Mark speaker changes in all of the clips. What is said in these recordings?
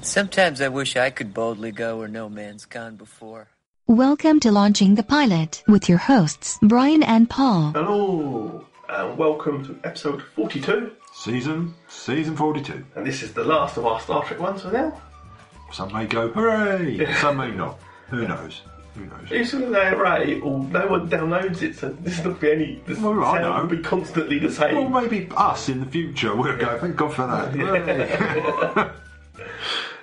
Speaker 1: Sometimes I wish I could boldly go where no man's gone before.
Speaker 2: Welcome to Launching the Pilot with your hosts, Brian and Paul.
Speaker 3: Hello, and welcome to episode 42.
Speaker 4: Season, season 42.
Speaker 3: And this is the last of our Star Trek ones for now.
Speaker 4: Some may go, hooray! Some may not. Who knows? Who knows?
Speaker 3: It's in that array, or no one downloads it, so this will be any. This
Speaker 4: Well, I
Speaker 3: sound
Speaker 4: know.
Speaker 3: will be constantly the same.
Speaker 4: Well, maybe us in the future. We'll go, thank God for that. Hooray.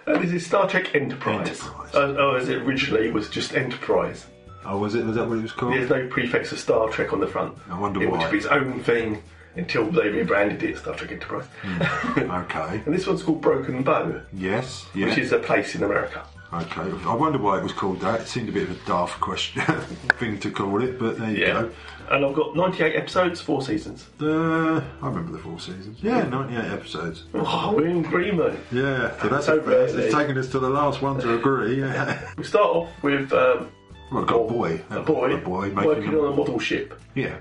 Speaker 3: Uh, this is Star Trek Enterprise.
Speaker 4: Enterprise.
Speaker 3: Uh, oh, as it originally was just Enterprise.
Speaker 4: oh, was it? Was that what it was called?
Speaker 3: There's no prefix of Star Trek on the front.
Speaker 4: I wonder
Speaker 3: it
Speaker 4: why.
Speaker 3: It was its own thing until they rebranded it Star Trek Enterprise.
Speaker 4: Hmm. Okay.
Speaker 3: and this one's called Broken Bow,
Speaker 4: Yes. Yeah.
Speaker 3: which is a place in America.
Speaker 4: Okay. I wonder why it was called that. It seemed a bit of a daft question thing to call it, but there you
Speaker 3: And I've got 98 episodes, four seasons.
Speaker 4: go. Uh, I remember the four seasons. Yeah, 98 episodes.
Speaker 3: Oh, we're in Greenland.
Speaker 4: Yeah, so that's
Speaker 3: So
Speaker 4: it's,
Speaker 3: early.
Speaker 4: it's taken us to the last one to agree. Yeah.
Speaker 3: We start off with um,
Speaker 4: well, got a boy.
Speaker 3: a boy,
Speaker 4: A boy
Speaker 3: working
Speaker 4: making a-
Speaker 3: on a model ship.
Speaker 4: Yeah.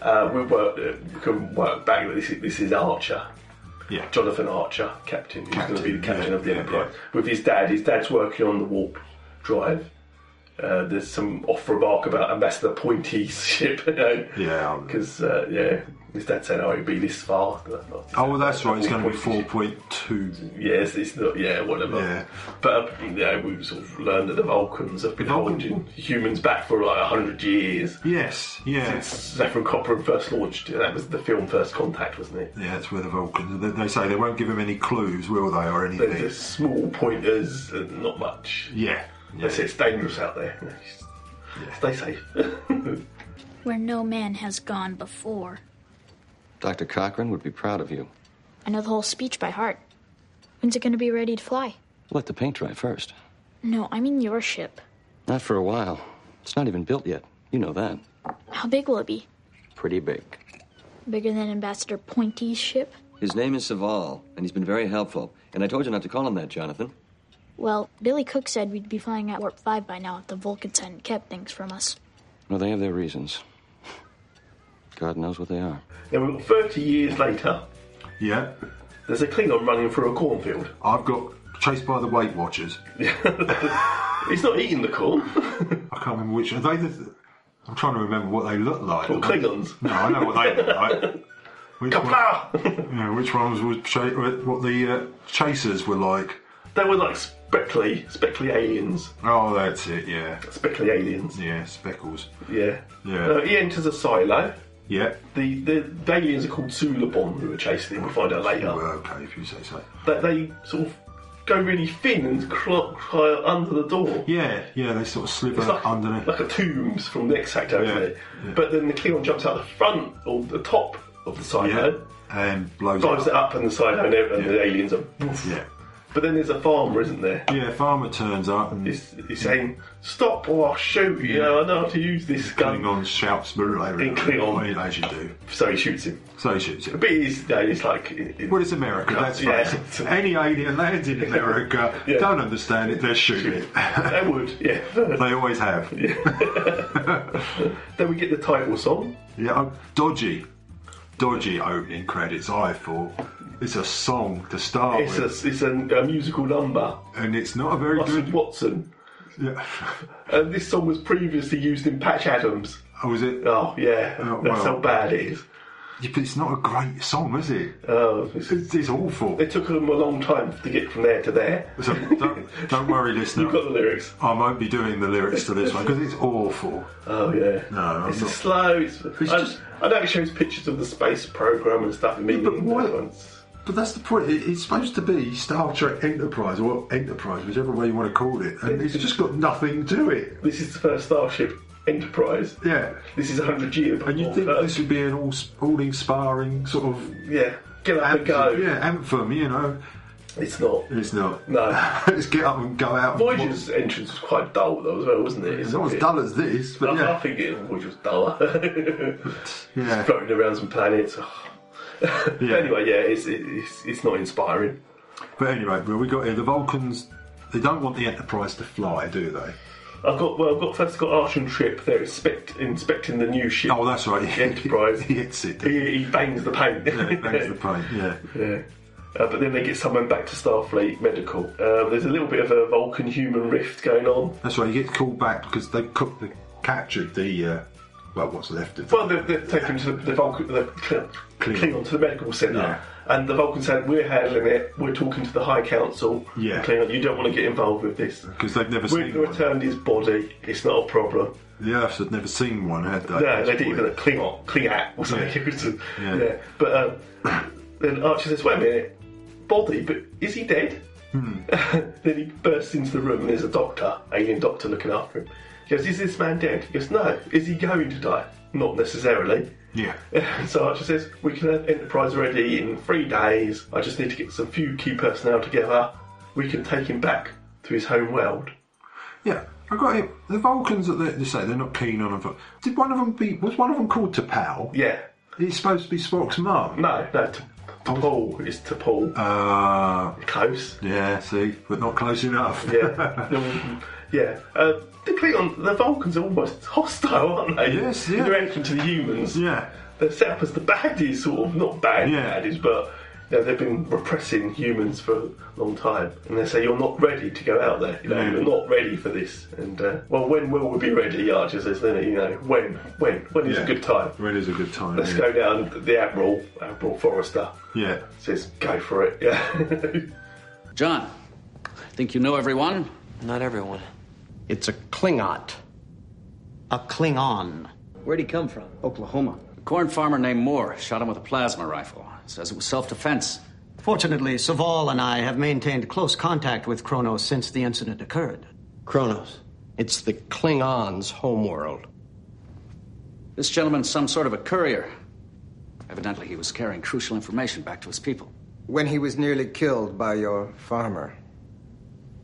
Speaker 3: Uh, we work, uh, we can work back. that This is, this is Archer,
Speaker 4: Yeah.
Speaker 3: Jonathan Archer, captain. He's going to be the
Speaker 4: Captain,
Speaker 3: captain
Speaker 4: yeah,
Speaker 3: of the
Speaker 4: yeah,
Speaker 3: Enterprise with his dad. His dad's working on the warp drive. Uh, there's some off remark about Ambassador Pointy's ship, you know.
Speaker 4: Yeah, I'll-
Speaker 3: Because uh, yeah, his dad said, "Oh, it'll be this far."
Speaker 4: Oh, well, that's right. It's going to be
Speaker 3: Pointy's
Speaker 4: 4.2.
Speaker 3: Yes, it's not. Yeah, whatever.
Speaker 4: Yeah.
Speaker 3: But uh, you know, we've sort of learned that the Vulcans have been
Speaker 4: Vulcan-
Speaker 3: holding humans back for like hundred years.
Speaker 4: Yes, yeah.
Speaker 3: Since Zephyr and Copper first launched, that was the film First Contact, wasn't it?
Speaker 4: Yeah, that's where the Vulcans. They, they say they won't give him any clues, will they, or anything?
Speaker 3: There's just small pointers and not much.
Speaker 4: Yeah.
Speaker 3: They say it's dangerous out there. Stay safe.
Speaker 5: where no man has gone before.
Speaker 6: Dr. Cochran would be proud of you.
Speaker 5: I know the whole speech by heart. When's it gonna be ready to fly?
Speaker 6: Let the paint dry first.
Speaker 5: No, I mean your ship.
Speaker 6: Not for a while. It's not even built yet. You know that.
Speaker 5: How big will it be?
Speaker 6: Pretty big.
Speaker 5: Bigger than Ambassador Pointy's ship?
Speaker 6: His name is Saval, and he's been very helpful. And I told you not to call him that, Jonathan.
Speaker 5: Well, Billy Cook said we'd be flying at warp 5 by now if the Vulcans hadn't kept things from us.
Speaker 6: No, they have their reasons. God knows what they are.
Speaker 3: Then we've got 30 years later,
Speaker 4: Yeah.
Speaker 3: there's a Klingon running through a cornfield.
Speaker 4: I've got Chased by the Weight Watchers.
Speaker 3: He's not eating the corn.
Speaker 4: I can't remember which. Are they the. I'm trying to remember what they look like.
Speaker 3: Or Klingons.
Speaker 4: No, I know what they look like. Which, one,
Speaker 3: Kapla!
Speaker 4: you know, which ones was cha- what the uh, chasers were like?
Speaker 3: they were like speckly, speckly aliens.
Speaker 4: Oh, that's it. Yeah,
Speaker 3: Speckly aliens.
Speaker 4: yeah, speckles.
Speaker 3: Yeah.
Speaker 4: Yeah.
Speaker 3: Uh, he enters a silo.
Speaker 4: Yeah.
Speaker 3: The, the, the aliens are called Zulabon, who are chasing him. We'll find out later.
Speaker 4: Well, okay, if you say so.
Speaker 3: that they sort of go really thin and cl- cl- under the door.
Speaker 4: Yeah, yeah, they sort of slither
Speaker 3: It's like,
Speaker 4: underneath.
Speaker 3: like a tombs from the X Factor, isn't
Speaker 4: Yeah,
Speaker 3: it? But then the Klingon jumps out the front or the top of the
Speaker 4: yeah,
Speaker 3: silo,
Speaker 4: and blows
Speaker 3: drives it up, and the silo and, ev- and the
Speaker 4: Yeah.
Speaker 3: aliens are. Woof.
Speaker 4: Yeah.
Speaker 3: But then there's a farmer, isn't there?
Speaker 4: Yeah, farmer turns up and
Speaker 3: He's, he's saying, "Stop or I'll shoot you! know, I know how to use this gun."
Speaker 4: Klingon shouts, "Murder!"
Speaker 3: In Klingon.
Speaker 4: What do they should do?
Speaker 3: So he shoots him.
Speaker 4: So he shoots him.
Speaker 3: But he's, no, it's like, it- it-
Speaker 4: Well, it's America, that's
Speaker 3: Yeah.
Speaker 4: right. Any alien lands in America,
Speaker 3: Yeah.
Speaker 4: don't understand it, they're shooting it.
Speaker 3: they would, yeah.
Speaker 4: they always have. Yeah,
Speaker 3: then we get the title song.
Speaker 4: oh, dodgy. Dodgy opening credits, I thought. It's a song to start
Speaker 3: It's a,
Speaker 4: with.
Speaker 3: it's a, a musical number.
Speaker 4: And it's not a very
Speaker 3: Russell
Speaker 4: good.
Speaker 3: Watson.
Speaker 4: Yeah.
Speaker 3: And this song was previously used in Patch Adams.
Speaker 4: Oh, is it?
Speaker 3: Oh yeah,
Speaker 4: Oh,
Speaker 3: that's
Speaker 4: well.
Speaker 3: how bad it is.
Speaker 4: Yeah, but it's not a great song, is it?
Speaker 3: Oh, it's-
Speaker 4: It's, it's awful.
Speaker 3: it took them a long time to get from there to there.
Speaker 4: So don't, don't worry, listener.
Speaker 3: You've got the lyrics.
Speaker 4: I won't be doing the lyrics to this one because it's awful.
Speaker 3: Oh yeah,
Speaker 4: No, I'm
Speaker 3: it's
Speaker 4: not-
Speaker 3: slow. It's, I,
Speaker 4: just-
Speaker 3: I know it shows pictures of the space program and stuff. Yeah,
Speaker 4: but why- But that's the point. It, it's supposed to be Star Trek Enterprise or Enterprise, whichever way you want to call it, and it's just got nothing to it.
Speaker 3: This is the first Starship Enterprise.
Speaker 4: Yeah,
Speaker 3: This is a hundred years.
Speaker 4: and you'd think this would be an all all inspiring sort of
Speaker 3: Yeah, get up and
Speaker 4: anthem,
Speaker 3: go.
Speaker 4: yeah anthem. You know,
Speaker 3: It's not.
Speaker 4: it's not.
Speaker 3: No.
Speaker 4: it's get up and go out. and
Speaker 3: Voyager's entrance was quite dull though as well, wasn't it?
Speaker 4: It's not as dull as this, but
Speaker 3: I, I
Speaker 4: yeah,
Speaker 3: think it was just duller.
Speaker 4: yeah.
Speaker 3: floating around some planets. But anyway, yeah, it's, it's it's not inspiring.
Speaker 4: But anyway, well, we got here. The Vulcans, they don't want the Enterprise to fly, do they?
Speaker 3: I've got well, I've got first got Arch and Trip. They're expect, inspecting the new ship.
Speaker 4: Oh, that's right.
Speaker 3: The Enterprise.
Speaker 4: he hits it.
Speaker 3: he, he bangs the paint.
Speaker 4: Yeah, it bangs the paint. Yeah.
Speaker 3: Yeah. Uh, but then they get summoned back to Starfleet Medical. Uh, there's a little bit of a Vulcan human rift going on.
Speaker 4: That's right. You get called back because they cooked the captured the uh, well, what's left of.
Speaker 3: Well, they've, they've taken him to the, the Vulcan, the Klingon, Klingon to the medical centre,
Speaker 4: Yeah.
Speaker 3: and the Vulcan said, "We're handling it. We're talking to the High Council.
Speaker 4: Yeah.
Speaker 3: Klingon, you don't want to get involved with this
Speaker 4: 'Cause they've never
Speaker 3: We've
Speaker 4: seen one.
Speaker 3: returned his body. It's not a problem.
Speaker 4: The Earths had never seen one, had they?
Speaker 3: No, they did even a Klingon, Klingat or something. It was a-
Speaker 4: Yeah.
Speaker 3: yeah. But um, then Archer says, "Wait a minute, body, but is he dead?"
Speaker 4: Hmm.
Speaker 3: then he bursts into the room and there's a doctor, alien doctor, looking after him. He goes, "Is this man dead?" He goes, "No." Is he going to die? Not necessarily.
Speaker 4: Yeah.
Speaker 3: so Archer says, "We can have Enterprise ready in three days. I just need to get some few key personnel together. We can take him back to his home world."
Speaker 4: Yeah, I got it. The Vulcans that they, they say they're not keen on. them. Did one of them be? Was one of them called T'Pau?
Speaker 3: Yeah.
Speaker 4: He's supposed to be Spock's mum.
Speaker 3: No, no. To, to Paul is to Paul.
Speaker 4: Uh,
Speaker 3: Close.
Speaker 4: yeah. See, but not close enough.
Speaker 3: Yeah. Um, yeah. Uh, the Klingon, the Vulcans are almost hostile, aren't they?
Speaker 4: Yes, yeah.
Speaker 3: They're entering to the humans.
Speaker 4: yeah.
Speaker 3: They're set up as the baddies, sort of. Not bad
Speaker 4: Yeah.
Speaker 3: baddies, but you know, they've been repressing humans for a long time. And they say, you're not ready to go out there. You know,
Speaker 4: Yeah.
Speaker 3: you're not ready for this. And, uh, well, when will we be ready, Archer says, then, you know, when? When? When is
Speaker 4: Yeah.
Speaker 3: a good time?
Speaker 4: Red is a good time.
Speaker 3: Let's
Speaker 4: yeah.
Speaker 3: go down the Admiral, Admiral Forrester.
Speaker 4: Yeah.
Speaker 3: Says, go for it, yeah.
Speaker 7: John, think you know everyone?
Speaker 1: Not everyone.
Speaker 8: It's a Klingot. A Klingon.
Speaker 1: Where'd he come from?
Speaker 8: Oklahoma.
Speaker 7: A corn farmer named Moore shot him with a plasma rifle. Says Oh, it was self defense.
Speaker 8: Fortunately, Saval and I have maintained close contact with Kronos since the incident occurred. Kronos? It's the Klingons' homeworld.
Speaker 7: This gentleman's some sort of a courier. Evidently, he was carrying crucial information back to his people.
Speaker 9: When he was nearly killed by your farmer.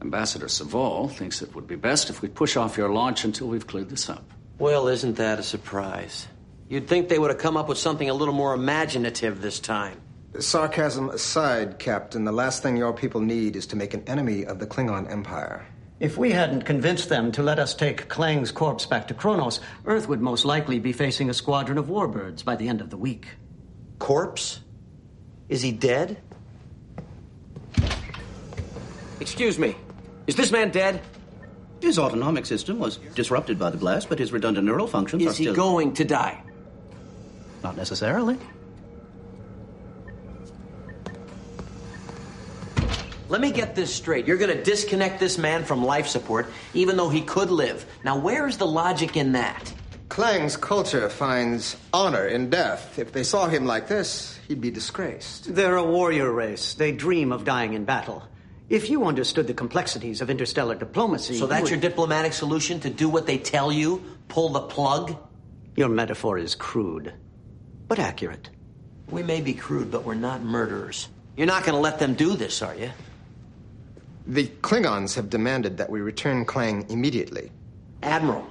Speaker 7: Ambassador Saval thinks it would be best if we push off your launch until we've cleared this up.
Speaker 10: Well, isn't that a surprise? You'd think they would have come up with something a little more imaginative this time.
Speaker 9: Sarcasm aside, Captain, the last thing your people need is to make an enemy of the Klingon Empire.
Speaker 8: If we hadn't convinced them to let us take Klang's corpse back to Kronos, Earth would most likely be facing a squadron of warbirds by the end of the week.
Speaker 10: Corpse? Is he dead? Excuse me. Is this man dead?
Speaker 11: His autonomic system was disrupted by the blast, but his redundant neural functions are
Speaker 10: Is he
Speaker 11: still...
Speaker 10: going to die?
Speaker 11: Not necessarily.
Speaker 10: Let me get this straight. You're going to disconnect this man from life support, even though he could live. Now, where is the logic in that?
Speaker 9: Klang's culture finds honor in death. If they saw him like this, he'd be disgraced.
Speaker 8: They're a warrior race. They dream of dying in battle. If you understood the complexities of interstellar diplomacy,
Speaker 10: So
Speaker 8: you
Speaker 10: that's
Speaker 8: would-
Speaker 10: your diplomatic solution to do what they tell you? Pull the plug?
Speaker 8: Your metaphor is crude, but accurate.
Speaker 10: We may be crude, but we're not murderers. You're not going to let them do this, are you?
Speaker 9: The Klingons have demanded that we return Klang immediately.
Speaker 10: Admiral,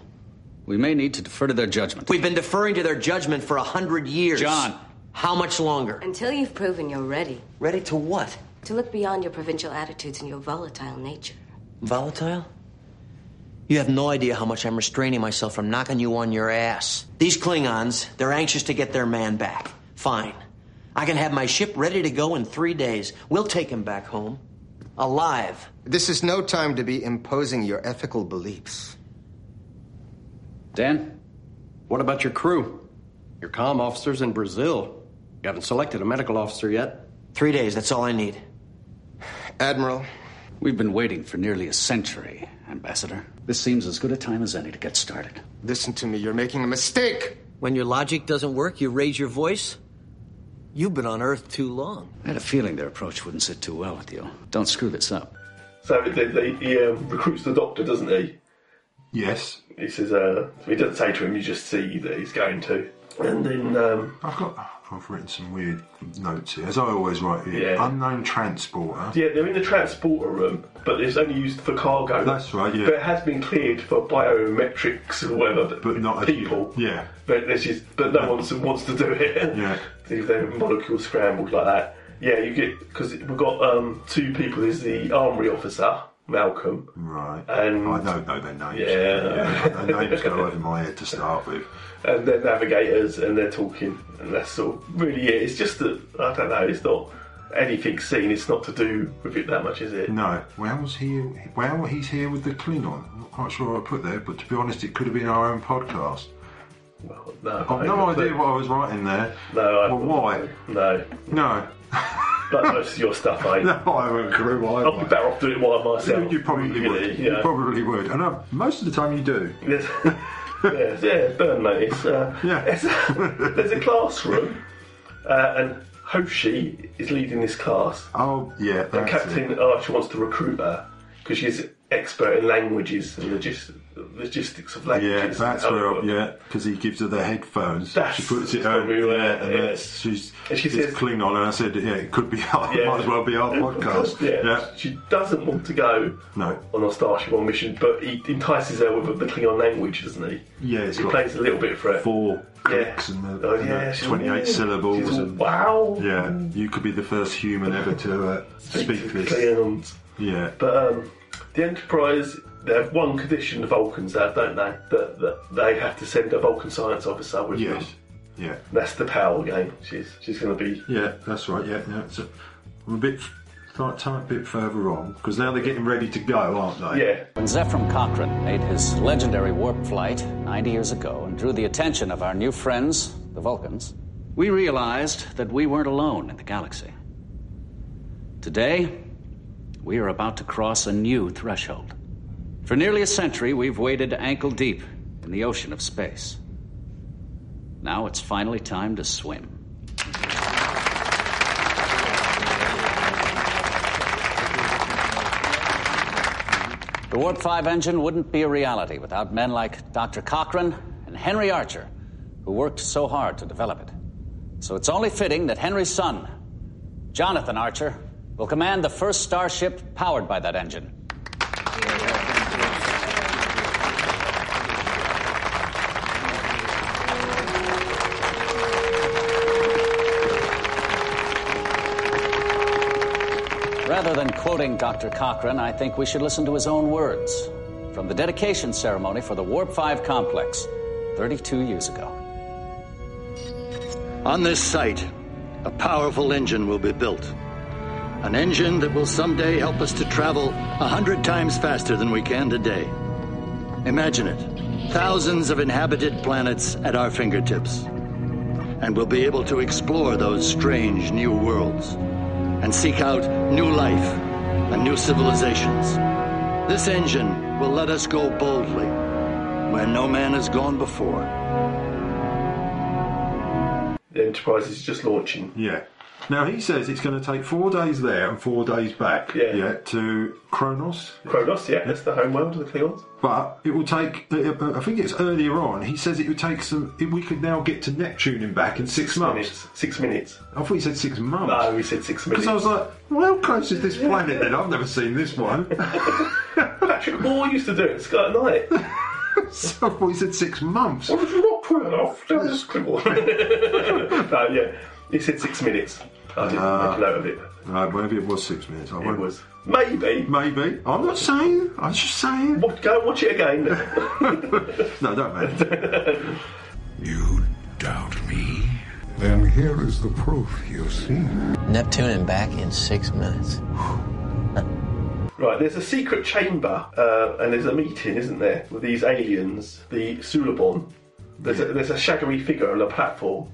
Speaker 7: We may need to defer to their judgment.
Speaker 10: we've been deferring to their judgment for a hundred years.
Speaker 7: John.
Speaker 10: How much longer?
Speaker 12: Until you've proven you're ready
Speaker 10: Ready to what?
Speaker 12: to look beyond your provincial attitudes and your volatile nature.
Speaker 10: Volatile? You have no idea how much I'm restraining myself from knocking you on your ass. These Klingons, they're anxious to get their man back. Fine. I can have my ship ready to go in three days. We'll take him back home. Alive.
Speaker 9: This is no time to be imposing your ethical beliefs.
Speaker 7: Dan?
Speaker 11: What about your crew? Your comm officers in Brazil. You haven't selected a medical officer yet.
Speaker 10: Three days, that's all I need.
Speaker 9: Admiral,
Speaker 7: We've been waiting for nearly a century, Ambassador. This seems as good a time as any to get started.
Speaker 9: listen to me. You're making a mistake.
Speaker 10: When your logic doesn't work, you raise your voice. You've been on Earth too long.
Speaker 7: I had a feeling their approach wouldn't sit too well with you. Don't screw this up.
Speaker 3: So they, they, he um, recruits the doctor, doesn't he?
Speaker 4: Yes.
Speaker 3: He says, uh, he doesn't say to him, you just see that he's going to. And then, um,
Speaker 4: I've got. I've written some weird notes here, as I always write here.
Speaker 3: Yeah.
Speaker 4: Unknown transporter.
Speaker 3: yeah, they're in the transporter room, but it's only used for cargo.
Speaker 4: That's right, yeah.
Speaker 3: But it has been cleared for biometrics or whatever.
Speaker 4: But not a-
Speaker 3: people.
Speaker 4: yeah.
Speaker 3: But this is, but no one wants to do it.
Speaker 4: Yeah.
Speaker 3: if they're molecule scrambled like that. Yeah, you get because we've got um, two people. There's the armory officer Malcolm,
Speaker 4: Right.
Speaker 3: And-
Speaker 4: I don't know their names.
Speaker 3: Yeah.
Speaker 4: yeah. Their names go over my head to start with.
Speaker 3: and they're navigators and they're talking and that's sort of really it. It's just that I don't know. It's not anything seen. It's not to do with it that much, is it?
Speaker 4: No, Well's here. Well, he's here with the Klingon. I'm not quite sure what I put there, but to be honest, it could have been our own podcast.
Speaker 3: Well, no,
Speaker 4: I've no idea what I was writing there.
Speaker 3: No, I
Speaker 4: Well, why?
Speaker 3: No,
Speaker 4: no.
Speaker 3: but most of your stuff, I
Speaker 4: no, I haven't a clue why.
Speaker 3: I'll be better off doing it while I'm myself.
Speaker 4: You probably
Speaker 3: really,
Speaker 4: would.
Speaker 3: Yeah.
Speaker 4: You probably would. I know. Most of the time, you do.
Speaker 3: Yes. yes, yeah, burn notice. Uh, There's a, there's a classroom, uh, and Hoshi is leading this class.
Speaker 4: Oh, yeah.
Speaker 3: And
Speaker 4: that's
Speaker 3: Captain
Speaker 4: it.
Speaker 3: Archer wants to recruit her because she's expert in languages and logis- logistics of
Speaker 4: Yeah,
Speaker 3: languages.
Speaker 4: that's
Speaker 3: And-
Speaker 4: where. Yeah, because he gives her the headphones. she puts it on. yeah, and that's, she's
Speaker 3: And she
Speaker 4: it's
Speaker 3: says-
Speaker 4: Klingon, and I said, yeah, it could be. Our,
Speaker 3: Yeah.
Speaker 4: Might as well be our
Speaker 3: And-
Speaker 4: podcast.
Speaker 3: Yeah. She doesn't want to go
Speaker 4: No.
Speaker 3: on a Starship on mission, but he entices her with the Klingon language, doesn't he?
Speaker 4: Yeah, it's
Speaker 3: he
Speaker 4: got
Speaker 3: plays a little bit for it.
Speaker 4: Four
Speaker 3: Yeah.
Speaker 4: clicks and the,
Speaker 3: Oh,
Speaker 4: and
Speaker 3: yeah,
Speaker 4: the
Speaker 3: she's-
Speaker 4: 28
Speaker 3: yeah.
Speaker 4: syllables.
Speaker 3: She's all,
Speaker 4: and,
Speaker 3: wow.
Speaker 4: Yeah, you could be the first human ever to uh, speak this.
Speaker 3: Klingons.
Speaker 4: Yeah.
Speaker 3: But um, the Enterprise, they have one condition the Vulcans have, don't they? That, that they have to send a Vulcan science officer with
Speaker 4: Yes.
Speaker 3: them.
Speaker 4: Yeah.
Speaker 3: That's the Powell game. She's she's going to be.
Speaker 4: Yeah, that's right. Yeah, yeah. So I'm a bit, tight, tight bit further on because now they're getting ready to go, aren't they?
Speaker 3: Yeah.
Speaker 7: When Zephram Cochrane made his legendary warp flight 90 years ago and drew the attention of our new friends, the Vulcans, we realized that we weren't alone in the galaxy. Today, we are about to cross a new threshold. For nearly a century, we've waded ankle deep in the ocean of space. Now it's finally time to swim. The Warp 5 engine wouldn't be a reality without men like Dr. Cochrane and Henry Archer, who worked so hard to develop it. So it's only fitting that Henry's son, Jonathan Archer, will command the first starship powered by that engine. Rather than quoting Dr. Cochrane, I think we should listen to his own words from the dedication ceremony for the Warp 5 complex 32 years ago.
Speaker 13: On this site, a powerful engine will be built. An engine that will someday help us to travel a hundred times faster than we can today. Imagine it thousands of inhabited planets at our fingertips. And we'll be able to explore those strange new worlds and seek out new life and new civilizations. This engine will let us go boldly where no man has gone before.
Speaker 3: The Enterprise is just launching.
Speaker 4: Yeah. Now he says it's going to take four days there and four days back. Yeah. to Kronos.
Speaker 3: Kronos, yeah, that's the home world of the Klingons.
Speaker 4: But it will take. uh, uh, I think it's earlier on. He says it would take some. if We could now get to Neptune and back in six, months.
Speaker 3: Six minutes.
Speaker 4: I thought he said six months.
Speaker 3: No, we said six minutes.
Speaker 4: Because I was like, well, how close is this planet then? I've never seen this one.
Speaker 3: Patrick Moore used to do it, Sky at Night.
Speaker 4: so I thought he said six months.
Speaker 3: What did you not pull it off? That is cool. no, yeah, he said six minutes. I didn't
Speaker 4: Ah.
Speaker 3: make a note of it.
Speaker 4: No, maybe it was six minutes. I
Speaker 3: It was. Maybe.
Speaker 4: Maybe. I'm not saying. I'm just saying.
Speaker 3: What, go watch it again. then.
Speaker 4: No, don't matter.
Speaker 14: Doubt me? Then here is the proof you see.
Speaker 10: Neptune and back in six minutes.
Speaker 3: right, there's a secret chamber uh, and there's a meeting, isn't there, with these aliens, the Suliborn. There's, a, there's a shadowy figure on a platform.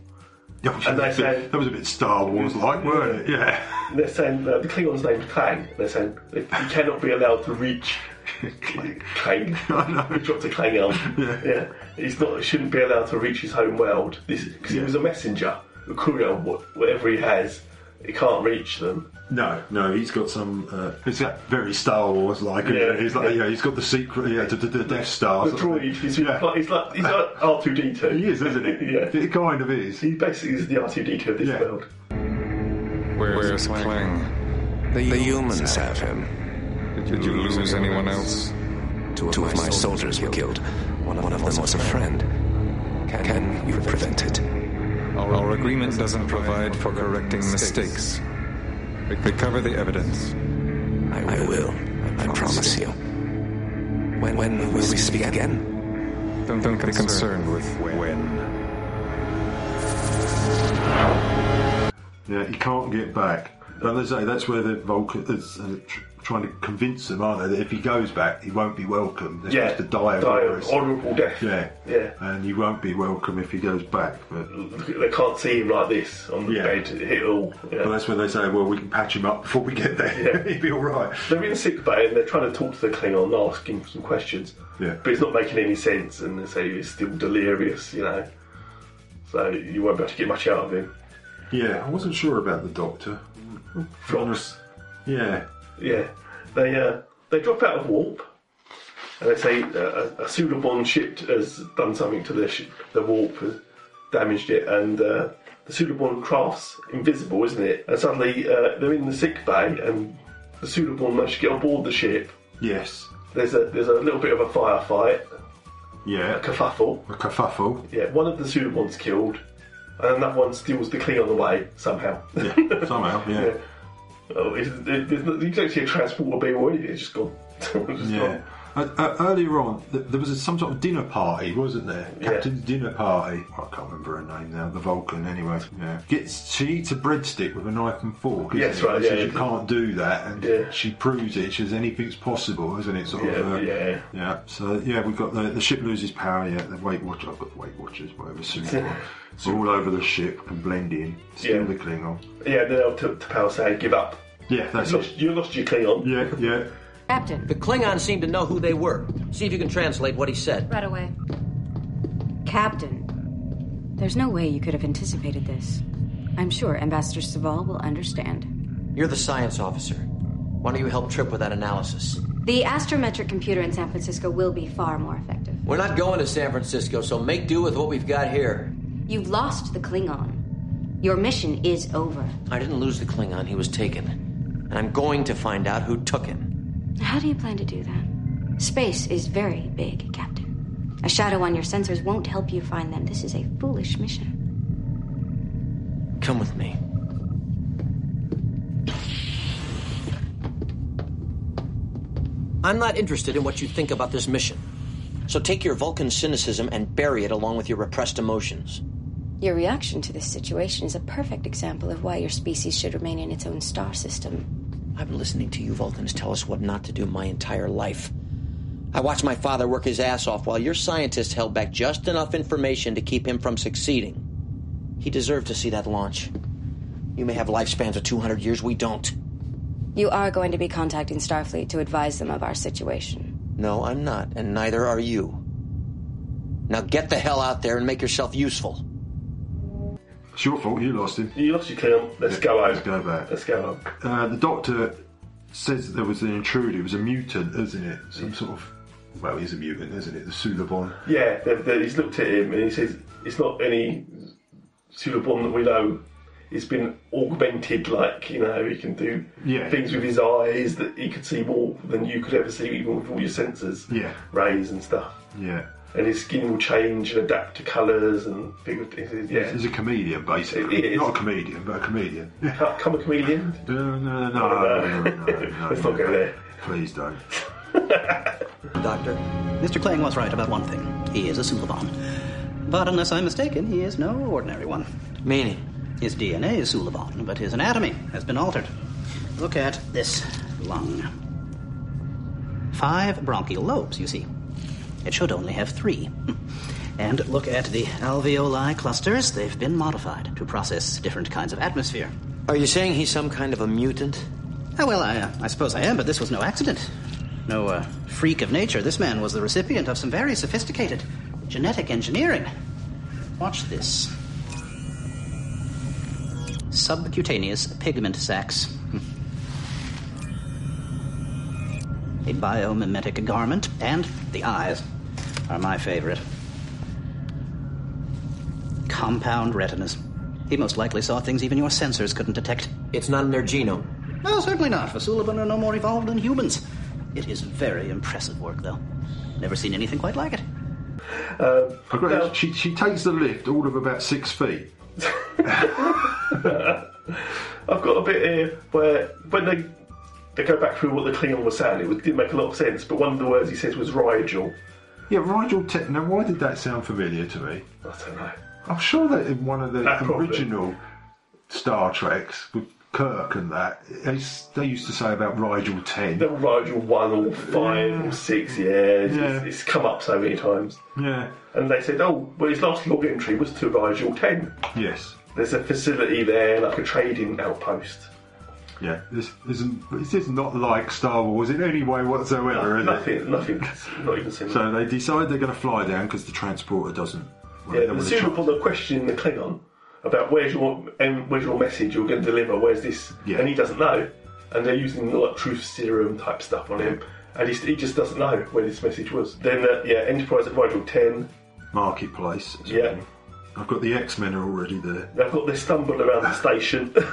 Speaker 3: and they say,
Speaker 4: that was a bit Star Wars like, weren't it? Yeah.
Speaker 3: And They're saying uh, the Klingon's name's Clang. They're saying that you cannot be allowed to reach Clang. Clang. We dropped a Clang on. Yeah. He's not. Shouldn't be allowed to reach his home world. This because he was a messenger, a courier, wha- whatever he has. He can't reach them.
Speaker 4: No, no, he's got some. Uh, it's that very Star Wars like. Yeah,
Speaker 3: Yeah.
Speaker 4: he's like, yeah. he's got the secret. Yeah, to the, the Death Star.
Speaker 3: the
Speaker 4: sort of thing.
Speaker 3: droid. He's like he's like he's like R two D two.
Speaker 4: He is, isn't he?
Speaker 3: Yeah.
Speaker 4: It kind of is.
Speaker 3: He basically is the R two D two of this
Speaker 4: Yeah.
Speaker 3: world.
Speaker 15: Where's Kling? The humans have him. Did you lose anyone else? Two of, my, soldiers, were killed. One of, them was a friend. Can, you prevent it? Our, our agreement doesn't provide for correcting mistakes. Recover the evidence. I will. I, promise you. When, when will we speak again? Don't, don't be concerned with when.
Speaker 4: Yeah, he can't get back. And as I say, that's where the Vulcan is uh, tr- trying to convince them, aren't they? That if he goes back, he won't be welcome. They're
Speaker 3: Yeah,
Speaker 4: supposed to die, of
Speaker 3: die of
Speaker 4: virus.
Speaker 3: honourable death.
Speaker 4: Yeah,
Speaker 3: Yeah.
Speaker 4: And he won't be welcome if he goes back. But,
Speaker 3: They can't see him like this on the
Speaker 4: Yeah.
Speaker 3: bed. It'll. Yeah.
Speaker 4: but that's when they say, well, we can patch him up before we get there. He'd be all right.
Speaker 3: They're in sick bay and they're trying to talk to the Klingon and ask him some questions.
Speaker 4: Yeah.
Speaker 3: But it's not making any sense, and they say he's still delirious, you know. So you won't be able to get much out of him.
Speaker 4: yeah, I wasn't sure about the doctor.
Speaker 3: Frogs.
Speaker 4: Yeah.
Speaker 3: Yeah. They uh, they drop out of warp, and they say uh, a, a Sudabon ship has done something to the sh- the warp, has damaged it, and uh, the Sudabon craft's invisible, isn't it? And suddenly uh, they're in the sick bay, and the Sudabon managed to get on board the ship.
Speaker 4: Yes.
Speaker 3: There's a there's a little bit of a firefight,
Speaker 4: Yeah.
Speaker 3: a kerfuffle.
Speaker 4: A kerfuffle.
Speaker 3: Yeah, one of the Sudabon's killed, and another one steals the Klingon away somehow.
Speaker 4: Yeah, somehow, yeah.
Speaker 3: Oh, it's, there- there's no, you don't see a transporter beam or anything, it's just gone. It's just
Speaker 4: Yeah.
Speaker 3: gone.
Speaker 4: Uh, uh, earlier on, th- there was a, some sort of dinner party, wasn't there? Captain's dinner party. I can't remember her name now. The Vulcan, anyway. Yeah. Gets she eats a breadstick with a knife and fork. Isn't
Speaker 3: Yes,
Speaker 4: it?
Speaker 3: right,
Speaker 4: She,
Speaker 3: yeah.
Speaker 4: she can't do that, and
Speaker 3: Yeah.
Speaker 4: she proves it. She says anything's possible, isn't it? Sort of.
Speaker 3: Yeah,
Speaker 4: uh,
Speaker 3: yeah.
Speaker 4: yeah. So yeah, we've got the, the ship loses power. Yeah, the Weight Watcher. I've got the Weight Watchers, whatever. Super. We're all over the ship and blend in. Steal
Speaker 3: Yeah.
Speaker 4: the Klingon.
Speaker 3: Yeah, then I'll t- to Pal say, give up.
Speaker 4: Yeah, that's
Speaker 3: you lost, you lost your Klingon.
Speaker 4: Yeah, yeah.
Speaker 10: Captain. The Klingons seem to know who they were. See if you can translate what he said.
Speaker 12: Right away. Captain, there's no way you could have anticipated this. I'm sure Ambassador Saval will understand.
Speaker 10: You're the science officer. Why don't you help Trip with that analysis?
Speaker 12: The astrometric computer in San Francisco will be far more effective.
Speaker 10: We're not going to San Francisco, so make do with what we've got here.
Speaker 12: You've lost the Klingon. Your mission is over.
Speaker 10: I didn't lose the Klingon, he was taken. And I'm going to find out who took him.
Speaker 12: How do you plan to do that? Space is very big, Captain. A shadow on your sensors won't help you find them. This is a foolish mission.
Speaker 10: Come with me. I'm not interested in what you think about this mission. So take your Vulcan cynicism and bury it along with your repressed emotions.
Speaker 12: Your reaction to this situation is a perfect example of why your species should remain in its own star system.
Speaker 10: I've been listening to you Vulcans tell us what not to do my entire life. I watched my father work his ass off while your scientists held back just enough information to keep him from succeeding. He deserved to see that launch. You may have lifespans of 200 years, we don't.
Speaker 12: You are going to be contacting Starfleet to advise them of our situation.
Speaker 10: No, I'm not, and neither are you. Now get the hell out there and make yourself useful.
Speaker 4: It's your fault. You lost him.
Speaker 3: You lost your Klingon, let's go home.
Speaker 4: Let's go back.
Speaker 3: Let's go home.
Speaker 4: Uh, the doctor says that there was an intruder. It was a mutant, isn't it? Some sort of. Well, he's a mutant, isn't it? The Sulavon.
Speaker 3: Yeah, the, the, he's looked at him and he says, it's not any Sudabon that we know. It's been augmented, like, you know, he can do
Speaker 4: Yeah.
Speaker 3: things with his eyes that he could see more than you could ever see, even with all your sensors,
Speaker 4: Yeah.
Speaker 3: rays and stuff.
Speaker 4: Yeah.
Speaker 3: And his skin will change and adapt to colours and things. He says, Yeah.
Speaker 4: He's a comedian, basically.
Speaker 3: It is.
Speaker 4: Not a comedian, but a comedian.
Speaker 3: Come come a comedian?
Speaker 4: No, no, no, no, no, no.
Speaker 3: Let's not go there.
Speaker 4: Please don't.
Speaker 16: Doctor. Mr. Klang was right about one thing. He is a Sulavon. But unless I'm mistaken, he is no ordinary one.
Speaker 10: Meaning?
Speaker 16: His DNA is Sulavon, but his anatomy has been altered. Look at this lung. Five bronchial lobes, you see. It should only have three. And look at the alveoli clusters. They've been modified to process different kinds of atmosphere.
Speaker 10: Are you saying he's some kind of a mutant?
Speaker 16: Oh, well, I, uh, I suppose I am, but this was no accident. No uh, freak of nature. This man was the recipient of some very sophisticated genetic engineering. Watch this subcutaneous pigment sacs. A biomimetic garment, and the eyes are my favorite. Compound retinas. He most likely saw things even your sensors couldn't detect.
Speaker 10: It's not in their genome.
Speaker 16: No, certainly not. Fasulabin are no more evolved than humans. It is very impressive work, though. Never seen anything quite like it.
Speaker 3: Um,
Speaker 4: I got- she, she takes the lift all of about six feet.
Speaker 3: I've got a bit here where when they they go back through what the Klingon was saying, it was- didn't make a lot of sense. But one of the words he says was Rigel.
Speaker 4: Yeah, Rigel Tech. Now, why did that sound familiar to me?
Speaker 3: I don't know.
Speaker 4: I'm sure that in one of the
Speaker 3: That probably.
Speaker 4: original Star Treks, with Kirk and that, they, s- they used to say about Rigel 10.
Speaker 3: The Rigel 1 or 5 or 6, yeah, it's,
Speaker 4: Yeah.
Speaker 3: it's come up so many times.
Speaker 4: Yeah.
Speaker 3: And they said, oh, well, his last log entry was to Rigel 10.
Speaker 4: Yes.
Speaker 3: There's a facility there, like a trading outpost.
Speaker 4: Yeah. This isn't. This is not like Star Wars in any way whatsoever, is it?
Speaker 3: Nothing, nothing, not even similar.
Speaker 4: So they decide they're going to fly down because the transporter doesn't. well, they
Speaker 3: yeah,
Speaker 4: don't
Speaker 3: the
Speaker 4: want to
Speaker 3: sooner upon the question in the Klingon about where's your um, where's your message you're going to deliver, where's this,
Speaker 4: Yeah.
Speaker 3: and he doesn't know, and they're using like truth serum type stuff on him, and he, he just doesn't know where this message was. Then uh, yeah, Enterprise at Rigel ten,
Speaker 4: tr- marketplace.
Speaker 3: yeah,
Speaker 4: I've got the X Men are already there.
Speaker 3: they've got they stumbled around the station.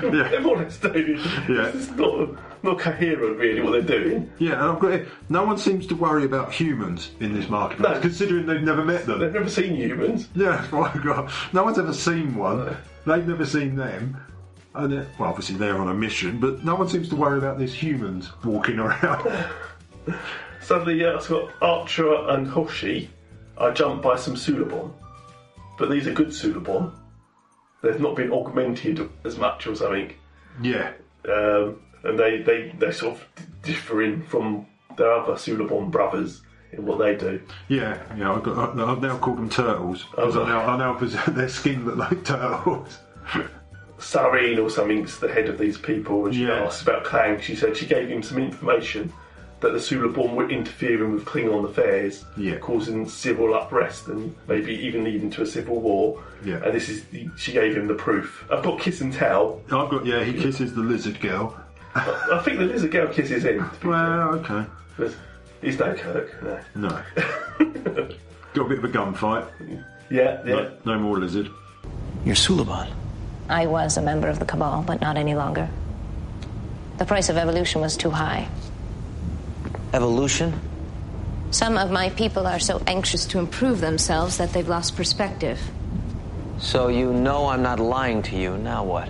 Speaker 3: Everyone is doing.
Speaker 4: Yeah.
Speaker 3: It's not not coherent really what they're doing.
Speaker 4: Yeah, and I've got it. No one seems to worry about humans in this marketplace, considering they've never met them. They've
Speaker 3: never seen humans.
Speaker 4: Yeah, well, God, no one's ever seen one. They've never seen them. And they're- well, obviously they're on a mission, but no one seems to worry about these humans walking around.
Speaker 3: Suddenly, yeah, I've got Archer and Hoshi are jumped by some Suliborn. But these are good Suliborn. They've not been augmented as much or something.
Speaker 4: yeah,
Speaker 3: Um, and they, they, they're sort of d- differing from their other Suliborn brothers in what they do.
Speaker 4: yeah, yeah. I've, got, I- I've now called them turtles
Speaker 3: Oh,
Speaker 4: because I now I now present their skin look like turtles.
Speaker 3: Sareen or something's the head of these people, and she asks about Klang. She said she gave him some information that the Suliborn were interfering with Klingon affairs,
Speaker 4: Yeah.
Speaker 3: causing civil unrest and maybe even leading to a civil war.
Speaker 4: Yeah.
Speaker 3: And this is the, she gave him the proof. I've got kiss and tell.
Speaker 4: I've got yeah. He kisses the lizard girl.
Speaker 3: I, I think the lizard girl kisses him.
Speaker 4: Well, okay.
Speaker 3: But he's no Kirk. No.
Speaker 4: No. got a bit of a gunfight.
Speaker 3: Yeah, yeah.
Speaker 4: No, no more lizard.
Speaker 8: You're Suliban.
Speaker 17: I was a member of the Cabal, but not any longer. The price of evolution was too high.
Speaker 10: Evolution?
Speaker 17: Some of my people are so anxious to improve themselves that they've lost perspective.
Speaker 10: So you know I'm not lying to you. Now what?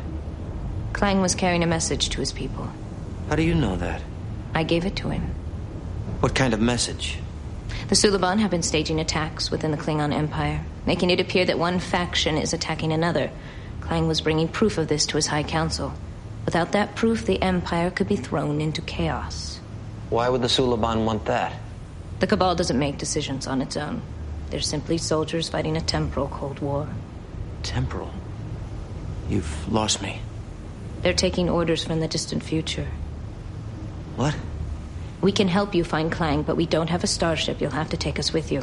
Speaker 17: Klang was carrying a message to his people.
Speaker 10: How do you know that?
Speaker 17: I gave it to him.
Speaker 10: What kind of message?
Speaker 17: The Suliban have been staging attacks within the Klingon Empire, making it appear that one faction is attacking another. Klang was bringing proof of this to his High Council. Without that proof, the Empire could be thrown into chaos.
Speaker 10: Why would the Suliban want that?
Speaker 17: The Cabal doesn't make decisions on its own. They're simply soldiers fighting a temporal Cold War.
Speaker 10: Temporal. You've lost me.
Speaker 17: They're taking orders from the distant future.
Speaker 10: What?
Speaker 17: We can help you find Klang, but we don't have a starship. You'll have to take us with you.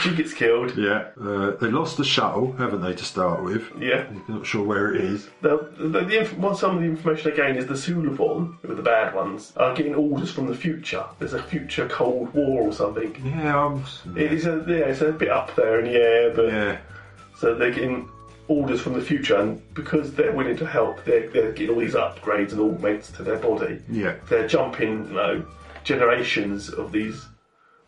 Speaker 3: she gets killed.
Speaker 4: Yeah. Uh, they lost the shuttle, haven't they, to start with?
Speaker 3: Yeah.
Speaker 4: Not sure where it is.
Speaker 3: The, the, the inf- well, some of the information again is the Suliborn, who are the bad ones, are getting orders from the future. There's a future Cold War or something.
Speaker 4: Yeah, I'm...
Speaker 3: It is a, yeah, it's a bit up there in the air, but
Speaker 4: yeah.
Speaker 3: so they're getting orders from the future, and because they're willing to help, they're, they're getting all these upgrades and augments to their body.
Speaker 4: Yeah.
Speaker 3: They're jumping, you know, generations of these.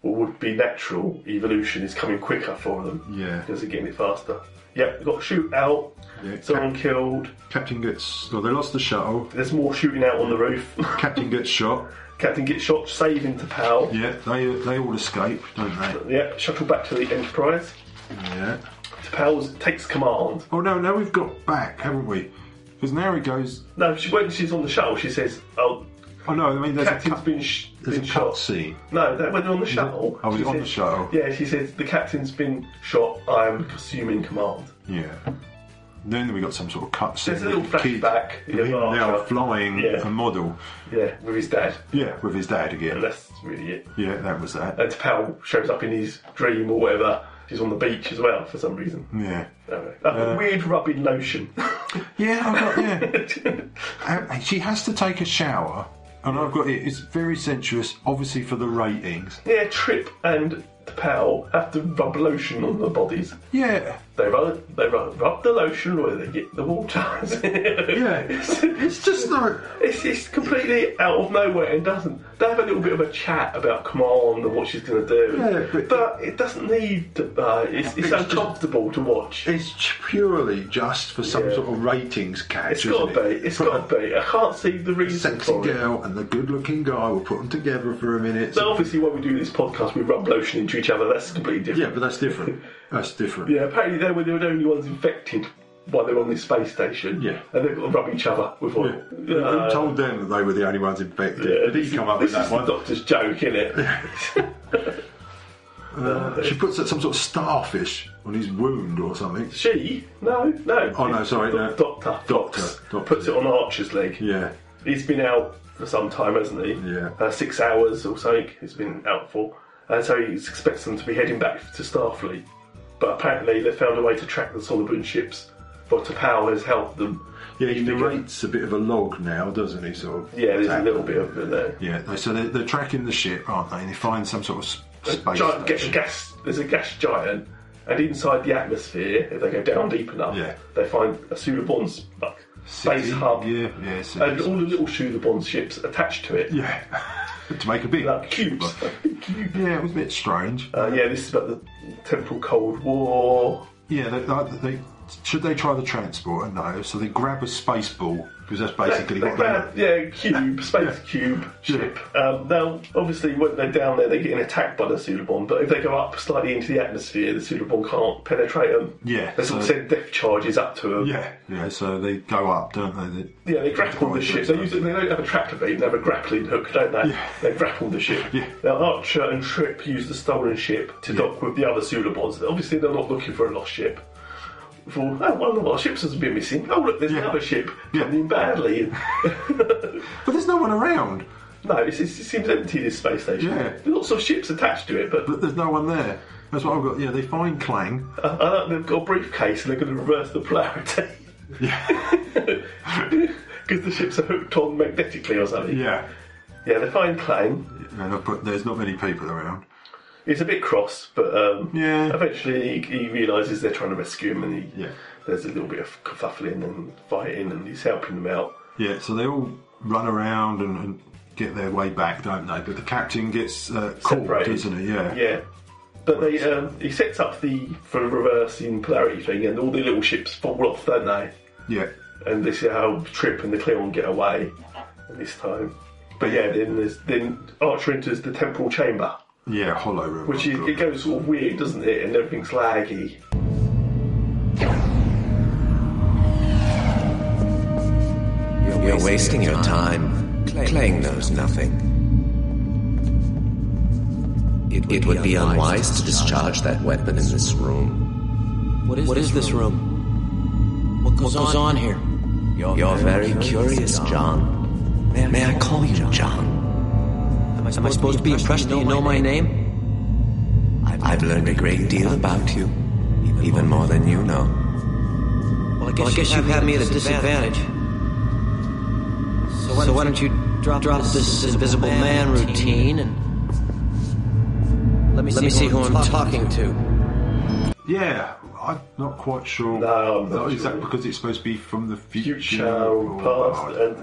Speaker 3: What would be natural evolution is coming quicker for them
Speaker 4: Yeah.
Speaker 3: because they're getting it faster. Yep, got shoot out.
Speaker 4: Yeah.
Speaker 3: Someone killed.
Speaker 4: Captain gets. Well, they lost the shuttle.
Speaker 3: There's more shooting out on the roof.
Speaker 4: Captain gets shot.
Speaker 3: Captain gets shot, saving to Pal.
Speaker 4: Yeah, they they all escape, don't they?
Speaker 3: Yeah, shuttle back to the Enterprise.
Speaker 4: Yeah.
Speaker 3: T'Pal takes command.
Speaker 4: Oh no, now we've got back, haven't we? Because now he goes.
Speaker 3: No, she, when she's on the shuttle, she says, "Oh,
Speaker 4: I know. I mean, there's
Speaker 3: captain's
Speaker 4: a cut,
Speaker 3: been, sh-
Speaker 4: there's
Speaker 3: been
Speaker 4: a
Speaker 3: shot."
Speaker 4: cut scene.
Speaker 3: No, that when they're on the shuttle.
Speaker 4: Oh,
Speaker 3: she
Speaker 4: he's on the
Speaker 3: says-
Speaker 4: shuttle.
Speaker 3: Yeah, she says the captain's been shot. I am assuming command.
Speaker 4: Yeah. Then we got some sort of cut scene.
Speaker 3: There's a little
Speaker 4: with the kid,
Speaker 3: flashback.
Speaker 4: with him now flying
Speaker 3: Yeah.
Speaker 4: a model.
Speaker 3: Yeah, with his dad.
Speaker 4: Yeah, with his dad again.
Speaker 3: And that's really it.
Speaker 4: Yeah, that was that.
Speaker 3: And T'Pal shows up in his dream or whatever. She's on the beach as well for some reason.
Speaker 4: Hmm. Yeah.
Speaker 3: Anyway, that's a
Speaker 4: Uh,
Speaker 3: weird rubbing lotion.
Speaker 4: Yeah, I've got, yeah. Uh, she has to take a shower, and I've got it. It's very sensuous, obviously for the ratings.
Speaker 3: yeah, Trip and T'Pal have to rub lotion on their bodies.
Speaker 4: Yeah,
Speaker 3: They rub, they rub, rub the lotion where they get the water. yeah,
Speaker 4: it's, it's just not.
Speaker 3: It's, it's completely out of nowhere and doesn't. They have a little bit of a chat about command and what she's going to do.
Speaker 4: Yeah,
Speaker 3: but, it doesn't need. To, uh, it's, it's, uncomfortable to watch.
Speaker 4: It's purely just for some sort of ratings catch.
Speaker 3: It's got to
Speaker 4: isn't
Speaker 3: be.
Speaker 4: it?
Speaker 3: It's got to be. I can't see the reason
Speaker 4: Sexy
Speaker 3: for it.
Speaker 4: girl and the good-looking guy. We'll put them together for a minute.
Speaker 3: So obviously, when we do this podcast, we rub lotion into each other. That's completely different.
Speaker 4: Yeah, but that's different. That's different.
Speaker 3: Yeah, apparently they were they were the only ones infected while they were on this space station. Yeah. And they've got to rub each other with
Speaker 4: Yeah.
Speaker 3: one.
Speaker 4: Who
Speaker 3: Uh,
Speaker 4: told them that they were the only ones infected? Did he come up with
Speaker 3: This
Speaker 4: that
Speaker 3: is the
Speaker 4: one?
Speaker 3: doctor's joke, innit?
Speaker 4: Uh, she puts some sort of starfish on his wound or something.
Speaker 3: She? No, no.
Speaker 4: Oh no, sorry, no.
Speaker 3: Doctor.
Speaker 4: Doctor.
Speaker 3: Puts it on Archer's leg.
Speaker 4: Yeah.
Speaker 3: He's been out for some time, hasn't he?
Speaker 4: Yeah.
Speaker 3: Uh, six hours or something he's been out for. And so he expects them to be heading back to Starfleet. But apparently they found a way to track the Solomon ships. Dr. Powell has helped them.
Speaker 4: Yeah, he narrates a bit of a log now, doesn't he? Sort of.
Speaker 3: Yeah, there's a little bit of it there.
Speaker 4: Yeah, they- so they're, they're tracking the ship, aren't they? And they find some sort of s-
Speaker 3: A
Speaker 4: space.
Speaker 3: giant,
Speaker 4: station.
Speaker 3: gas, gas, there's a gas giant, and inside the atmosphere, if they go down deep enough, they find a Sudaborn like, space hub, yeah,
Speaker 4: yeah, city.
Speaker 3: and all the little Sudaborn ships attached to it.
Speaker 4: Yeah, to make a big
Speaker 3: like cubes.
Speaker 4: yeah, it was a bit strange.
Speaker 3: Uh, yeah, this is about the temporal Cold War.
Speaker 4: Yeah, they, they, they- should they try the transporter? No. So they grab a space ball because that's basically
Speaker 3: They
Speaker 4: what they.
Speaker 3: grab- yeah, cube, space cube ship. Um, now, obviously, when they're down there, they're getting attacked by the Sudaborn, but if they go up slightly into the atmosphere, the Sudaborn can't penetrate them.
Speaker 4: Yeah,
Speaker 3: They sort of
Speaker 4: so-
Speaker 3: send death charges up to them.
Speaker 4: Yeah, yeah. So they go up, don't they? They-
Speaker 3: Yeah, they grapple the ship. They, use, they don't have a tractor beam, they have a grappling hook, don't they? They grapple the ship. Now, Archer and Trip use the stolen ship to dock with the other Sulabons. Obviously, they're not looking for a lost ship. For, oh, one of our ships has been missing. Oh, look, there's another ship coming in badly.
Speaker 4: but there's no one around.
Speaker 3: No, it's, it's, it seems empty, this space station.
Speaker 4: Yeah.
Speaker 3: There's lots of ships attached to it, but
Speaker 4: But there's no one there. That's what I've got. Yeah, they find Clang.
Speaker 3: I, I don't, they've got a briefcase and they're going to reverse the polarity. Because the ships are hooked on magnetically or something.
Speaker 4: Yeah.
Speaker 3: Yeah, they find Clang.
Speaker 4: And I put, there's not many people around.
Speaker 3: He's a bit cross, but um, yeah. eventually he, he realises they're trying to rescue him, and he,
Speaker 4: Yeah.
Speaker 3: there's a little bit of kerfuffling and fighting, and he's helping them out.
Speaker 4: Yeah, so they all run around and, and get their way back, don't they? But the captain gets uh, caught,
Speaker 3: Separated.
Speaker 4: doesn't he? Yeah.
Speaker 3: Yeah, but they um, he sets up the for reversing polarity thing, and all the little ships fall off, don't they?
Speaker 4: Yeah.
Speaker 3: And this is how Trip and the Cleon get away this time. But yeah, then there's, then Archer enters the temporal chamber,
Speaker 4: Yeah, hollow room. Oh,
Speaker 3: which is, it goes sort of weird, doesn't it? And everything's laggy.
Speaker 15: You're wasting your time. Clang knows nothing. It, it would be unwise to discharge that weapon in this room.
Speaker 10: What is, this room? What goes, on, here?
Speaker 15: You're, very curious, John. May I, call you John?
Speaker 10: Am I supposed, to be impressed that you know my name?
Speaker 15: I've learned a great deal about you, even more than you know.
Speaker 10: Well, I guess, you, have me at a disadvantage. So why, don't you drop, drop this, invisible man routine and let me see, who, I'm talking to.
Speaker 4: Yeah, I'm not quite sure.
Speaker 3: No, I'm not
Speaker 4: Is that
Speaker 3: sure.
Speaker 4: because it's supposed to be from the future? Oh,
Speaker 3: Shao past and,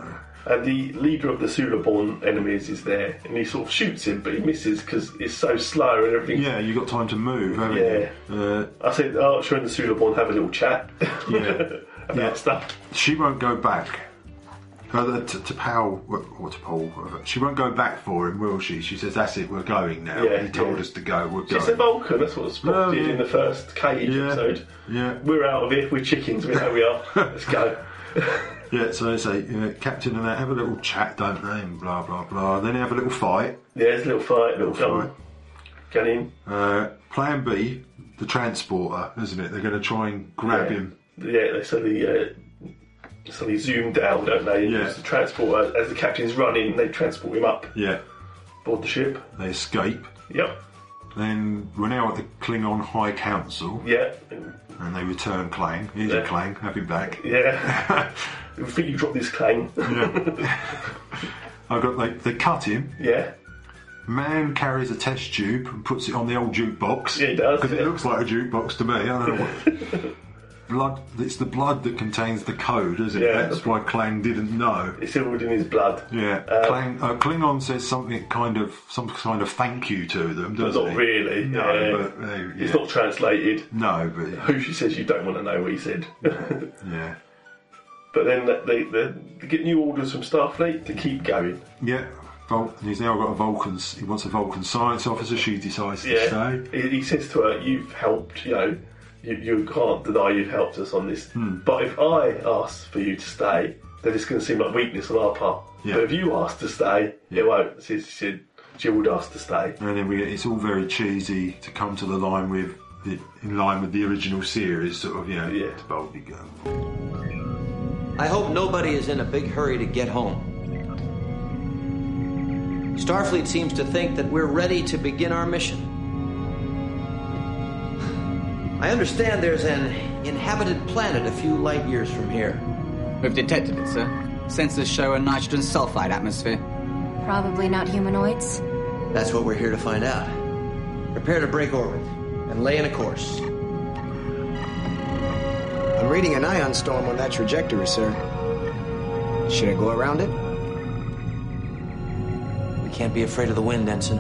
Speaker 3: and the leader of the Sulaborn enemies is there and he sort of shoots him but he misses because it's so slow and everything.
Speaker 4: Yeah, you got time to move, haven't
Speaker 3: Yeah.
Speaker 4: you? Uh,
Speaker 3: I said Archer and the Sulaborn have a little chat
Speaker 4: Yeah.
Speaker 3: about stuff.
Speaker 4: she won't go back. Uh, to, to Powell, or to Paul, uh, she won't go back for him, will she? She says, That's it, we're going now.
Speaker 3: Yeah,
Speaker 4: he told
Speaker 3: yeah.
Speaker 4: us to go, we're
Speaker 3: She's
Speaker 4: going.
Speaker 3: a Vulcan, that's what Spock
Speaker 4: Oh,
Speaker 3: did
Speaker 4: yeah.
Speaker 3: in the first Cage episode.
Speaker 4: Yeah.
Speaker 3: We're out of here, we're chickens, we know we are. Let's go.
Speaker 4: Yeah, so they say, you know, Captain and that have a little chat, don't they? And blah, blah, blah. Then they have a little fight.
Speaker 3: Yeah, it's a little fight, little
Speaker 4: Little
Speaker 3: gun. Gun in.
Speaker 4: Uh, plan B, the transporter, isn't it? They're going to try and grab
Speaker 3: Yeah.
Speaker 4: him.
Speaker 3: Yeah, they suddenly uh, suddenly zoom down, don't they? Yeah. The transport uh, as the captain's running, they transport him up
Speaker 4: Yeah,
Speaker 3: board the ship.
Speaker 4: they escape.
Speaker 3: Yep.
Speaker 4: Then we're now at the Klingon High Council,
Speaker 3: Yeah.
Speaker 4: and they return Clang. Here's a Clang, have him back.
Speaker 3: Yeah. I think you dropped this claim.
Speaker 4: I got like they cut him.
Speaker 3: Yeah.
Speaker 4: Man carries a test tube and puts it on the old jukebox.
Speaker 3: Yeah, he does,
Speaker 4: Because it
Speaker 3: yeah.
Speaker 4: looks like a jukebox to me. I don't know what. blood. It's the blood that contains the code, isn't it?
Speaker 3: Yeah.
Speaker 4: That's why Clang didn't know.
Speaker 3: It's all in his blood.
Speaker 4: Yeah.
Speaker 3: Uh,
Speaker 4: Klang, uh, Klingon says something kind of some kind of thank you to them,
Speaker 3: But
Speaker 4: doesn't
Speaker 3: not
Speaker 4: he?
Speaker 3: really.
Speaker 4: No,
Speaker 3: yeah.
Speaker 4: but uh, yeah.
Speaker 3: It's not translated.
Speaker 4: No, but
Speaker 3: Who she says you don't want to know what he said.
Speaker 4: yeah.
Speaker 3: But then they, they, they get new orders from Starfleet to keep going.
Speaker 4: Yeah. Vul- and he's now got a Vulcan. s- He wants a Vulcan science officer. She decides to
Speaker 3: Yeah.
Speaker 4: stay.
Speaker 3: He, he says to her, "You've helped. You know, you, you can't deny you've helped us on this.
Speaker 4: Hmm.
Speaker 3: But if I ask for you to stay, then it's going to seem like weakness on our part.
Speaker 4: Yeah.
Speaker 3: But if you ask to stay, it won't. She, she, she would ask to stay.
Speaker 4: And then we get it's all very cheesy to come to the line with the, in line with the original series, sort of you know, to boldly go.
Speaker 10: I hope nobody is in a big hurry to get home. Starfleet seems to think that we're ready to begin our mission. I understand there's an inhabited planet a few light years from here.
Speaker 18: We've detected it, sir. Sensors show a nitrogen sulfide atmosphere.
Speaker 12: Probably not humanoids.
Speaker 10: That's what we're here to find out. Prepare to break orbit and lay in a course.
Speaker 19: I'm reading an ion storm on that trajectory, sir. Should I go around it?
Speaker 10: We can't be afraid of the wind, Ensign.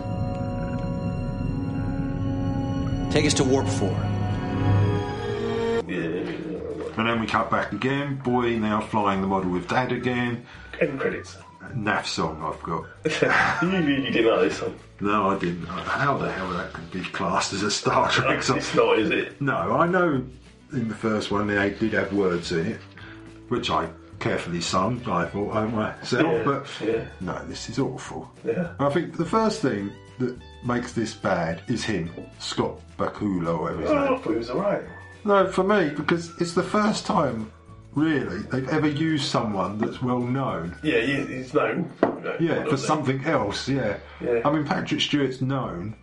Speaker 10: Take us to warp four.
Speaker 4: And then we cut back again. Boy now flying the model with Dad again.
Speaker 3: End credits.
Speaker 4: NAF song I've got.
Speaker 3: you really didn't like this song.
Speaker 4: No, I didn't. How the hell that could be classed as a Star Trek song?
Speaker 3: It's not, is it?
Speaker 4: No, I know in the first one they did have words in it, which I carefully sung, I thought, oh myself,
Speaker 3: Yeah,
Speaker 4: but
Speaker 3: yeah.
Speaker 4: no, this is awful.
Speaker 3: Yeah.
Speaker 4: I think the first thing that makes this bad is him, Scott Bakula, or whatever his
Speaker 3: Oh,
Speaker 4: name
Speaker 3: I thought he was alright.
Speaker 4: no, for me, because it's the first time, really, they've ever used someone that's well known.
Speaker 3: Yeah, he, he's known. you know,
Speaker 4: Yeah,
Speaker 3: not
Speaker 4: for
Speaker 3: that-
Speaker 4: something else, yeah.
Speaker 3: Yeah.
Speaker 4: I mean, Patrick Stewart's known,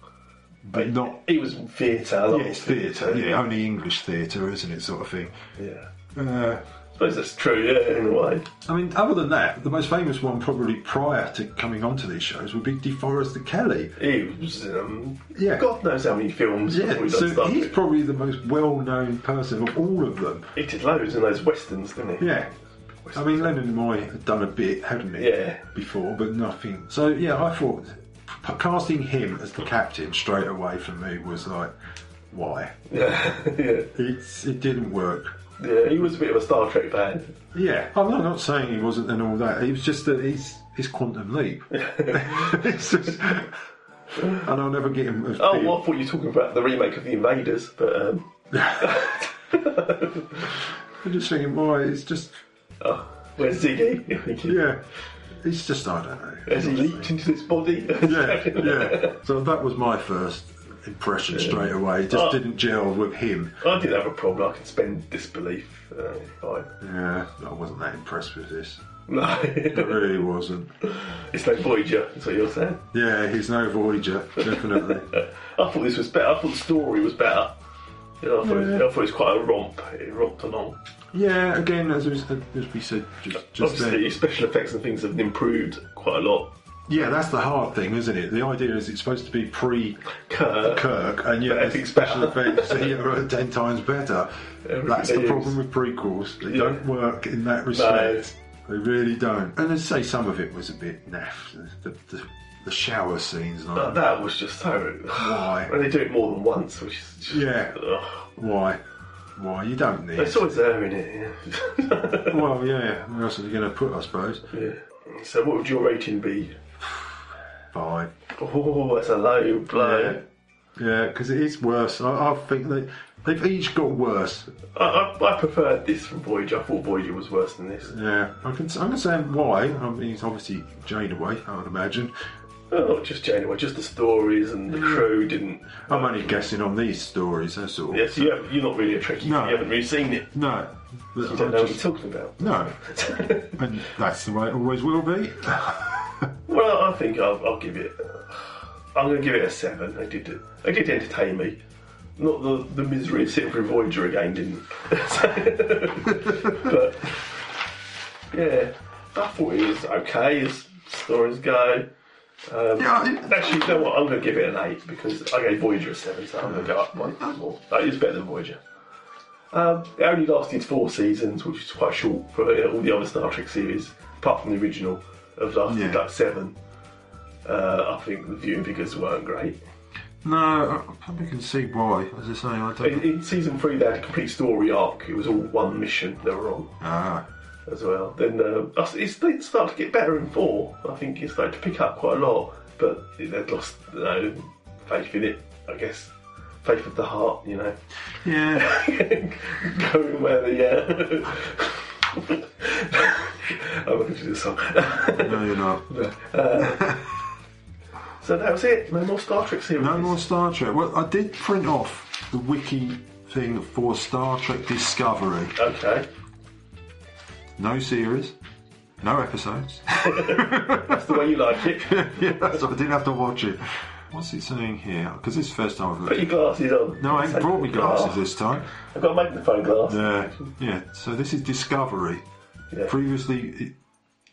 Speaker 4: but not.
Speaker 3: He was theatre. a lot
Speaker 4: Yeah, it's
Speaker 3: of
Speaker 4: theatre, yeah, only English theatre, isn't it, sort of thing.
Speaker 3: Yeah.
Speaker 4: Uh,
Speaker 3: I suppose that's true, yeah, in a way.
Speaker 4: I mean, other than that, the most famous one probably prior to coming onto these shows would be DeForest Kelly.
Speaker 3: He was, um,
Speaker 4: Yeah.
Speaker 3: God knows how many films
Speaker 4: Yeah,
Speaker 3: we've done
Speaker 4: so
Speaker 3: stuff
Speaker 4: he's
Speaker 3: with.
Speaker 4: probably the most well-known person of all of them.
Speaker 3: He did loads in those westerns, didn't he?
Speaker 4: Yeah. I mean, Lennon and Moy had done a bit, hadn't he?
Speaker 3: Yeah.
Speaker 4: Before, but nothing. So, yeah, I thought p- casting him as the captain straight away for me was like, why?
Speaker 3: Yeah. yeah.
Speaker 4: It's, it didn't work.
Speaker 3: Yeah, he was a bit of a Star Trek fan.
Speaker 4: Yeah, I'm not- not saying he wasn't and all that. He was just that he's, he's Quantum Leap. it's just, and I'll never get him as
Speaker 3: Oh,
Speaker 4: big.
Speaker 3: well, I thought you were talking about the remake of The Invaders, but um,
Speaker 4: I'm just thinking, why? It's just.
Speaker 3: Oh, where's Ziggy?
Speaker 4: yeah. It's just, I don't know.
Speaker 3: as he leaped into this body.
Speaker 4: yeah, yeah. So that was my first impression straight away. It just
Speaker 3: Oh.
Speaker 4: didn't gel with him.
Speaker 3: I didn't have a problem. I can spend disbelief. Uh, fine.
Speaker 4: Yeah, I wasn't that impressed with this.
Speaker 3: No.
Speaker 4: I really wasn't.
Speaker 3: It's no Voyager, that's what you're saying.
Speaker 4: Yeah, he's no Voyager, definitely.
Speaker 3: I thought this was better. I thought the story was better. You know, I, thought it was, I thought it was quite a romp. It romped along.
Speaker 4: yeah, again, as, we- as we said just, just
Speaker 3: Obviously,
Speaker 4: then.
Speaker 3: special effects and things have improved quite a lot.
Speaker 4: Yeah, that's the hard thing, isn't it? The idea is it's supposed to be pre
Speaker 3: Kirk,
Speaker 4: and yet the special effects here are ten times better.
Speaker 3: Everything
Speaker 4: That's the
Speaker 3: is.
Speaker 4: problem with prequels; they don't work in that respect. They really don't. And I'd say some of it was a bit naff. The, the, the shower scenes, like,
Speaker 3: But that was just so.
Speaker 4: Why?
Speaker 3: And they do it more than once, which is just.
Speaker 4: yeah,
Speaker 3: Ugh.
Speaker 4: why? Why you don't need?
Speaker 3: It's always there, isn't it? Yeah.
Speaker 4: well, yeah. Where else are you going to put? I suppose
Speaker 3: Yeah. So, what would your rating be?
Speaker 4: five.
Speaker 3: Oh, that's a low blow.
Speaker 4: Yeah, because it is worse. I, I think they they've each got worse.
Speaker 3: I, I, I preferred this from Voyager. I thought Voyager was worse than this.
Speaker 4: Yeah, I can. I understand why. I mean, he's obviously Jane away. I would imagine.
Speaker 3: Oh, not just Janeway, just the stories and the crew didn't.
Speaker 4: I'm only guessing on these stories. That's all.
Speaker 3: Yes, you have, you're not really a Trekkie.
Speaker 4: No.
Speaker 3: You haven't really seen it.
Speaker 4: No.
Speaker 3: You
Speaker 4: I
Speaker 3: don't know
Speaker 4: just-
Speaker 3: what you're talking about.
Speaker 4: No. and that's the way it always will be.
Speaker 3: Well, I think I'll, I'll give it. I'm going to give it a seven. They did. They did entertain me. Not the, the misery of sitting through Voyager again, didn't. but yeah, I thought it was okay as stories go. Um, actually, you know what? I'm going to give it an eight because I gave Voyager a seven, so I'm going to go up one more. That is better than Voyager. Um, it only lasted four seasons, which is quite short for uh, all the other Star Trek series, apart from the original, have lasted
Speaker 4: Yeah.
Speaker 3: like seven. Uh, I think the viewing figures weren't great.
Speaker 4: No, I, I probably can see why. As I say, I don't.
Speaker 3: In, in season three, they had a complete story arc. It was all one mission they were on.
Speaker 4: ah,
Speaker 3: as well. Then um, us- it's they start to get better in four. I think it's starting to pick up quite a lot, but they've lost you know, faith in it. I guess faith of the heart. You know,
Speaker 4: yeah,
Speaker 3: going where the. Uh, I'm not going to do the song.
Speaker 4: no, you're not.
Speaker 3: Uh, so that was it. No more Star Trek series.
Speaker 4: No more Star Trek. Well, I did print off the wiki thing for Star Trek Discovery.
Speaker 3: Okay.
Speaker 4: No series, no episodes.
Speaker 3: that's the way you like it.
Speaker 4: yeah, so I didn't have to watch it. What's it saying here? Because this is the first time I've looked
Speaker 3: Put your
Speaker 4: at
Speaker 3: glasses on.
Speaker 4: No, I ain't brought me glasses
Speaker 3: Oh,
Speaker 4: this time.
Speaker 3: I've got a magnifying glass.
Speaker 4: Yeah, yeah. So this is Discovery. Previously, it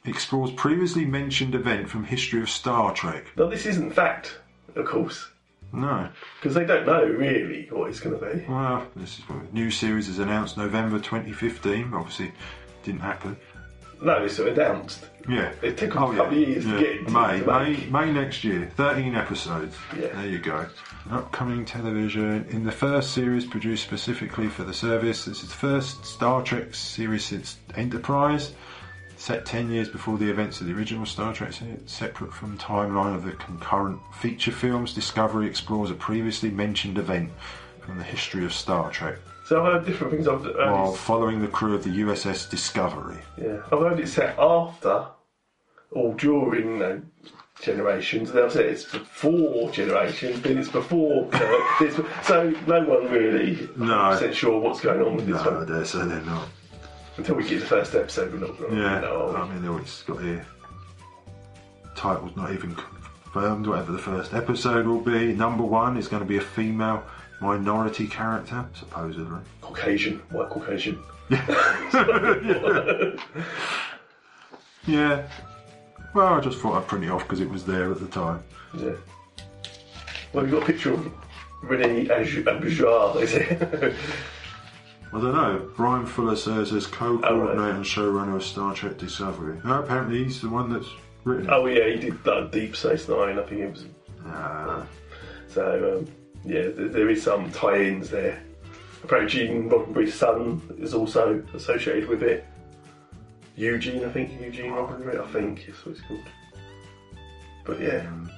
Speaker 4: explores previously mentioned event from history of Star Trek.
Speaker 3: No, this isn't fact, of course,
Speaker 4: No.
Speaker 3: because they don't know really what it's going to be.
Speaker 4: Well, this is what new series is announced November 2015. Obviously, didn't happen.
Speaker 3: No, it's announced.
Speaker 4: Yeah.
Speaker 3: It took 'em a couple of years to get it to-
Speaker 4: May,
Speaker 3: to
Speaker 4: May, May next year. 13 episodes. Yeah. There you go. Upcoming television. In the first series produced specifically for the service, this is the first Star Trek series since Enterprise. Set 10 years before the events of the original Star Trek series, separate from timeline of the concurrent feature films, Discovery explores a previously mentioned event from the history of Star Trek,
Speaker 3: So I've heard different things. I've, heard
Speaker 4: while
Speaker 3: it's-
Speaker 4: following the crew of the USS Discovery.
Speaker 3: yeah, I've heard it's set after or during you know, generations. They'll say it's before generations, then it's before Kirk. it's- so no one really
Speaker 4: No.
Speaker 3: is sure what's going on with this
Speaker 4: No,
Speaker 3: one
Speaker 4: they're, so they're not.
Speaker 3: until we get the first episode. We're not going to
Speaker 4: Yeah, Um,
Speaker 3: know.
Speaker 4: I mean, they always got here. Title's not even confirmed, whatever the first episode will be. Number one is going to be a female minority character, supposedly.
Speaker 3: Caucasian, white Caucasian.
Speaker 4: Yeah. Well, I just thought I'd print it off because it was there at the time.
Speaker 3: Yeah. Well, you've got a picture of Rene Aj- Abjar, is it?
Speaker 4: I don't know. Brian Fuller serves as
Speaker 3: Oh,
Speaker 4: co-coordinator and showrunner of Star Trek Discovery. No, apparently he's the one that's written it.
Speaker 3: oh, yeah, he did that Deep Space Nine, I think it was. So, um, yeah, th- there is some tie ins there. Apparently, Gene Roddenberry's son is also associated with it. Eugene, I think, Eugene Roddenberry, I think is what it's called. But yeah.
Speaker 4: Mm.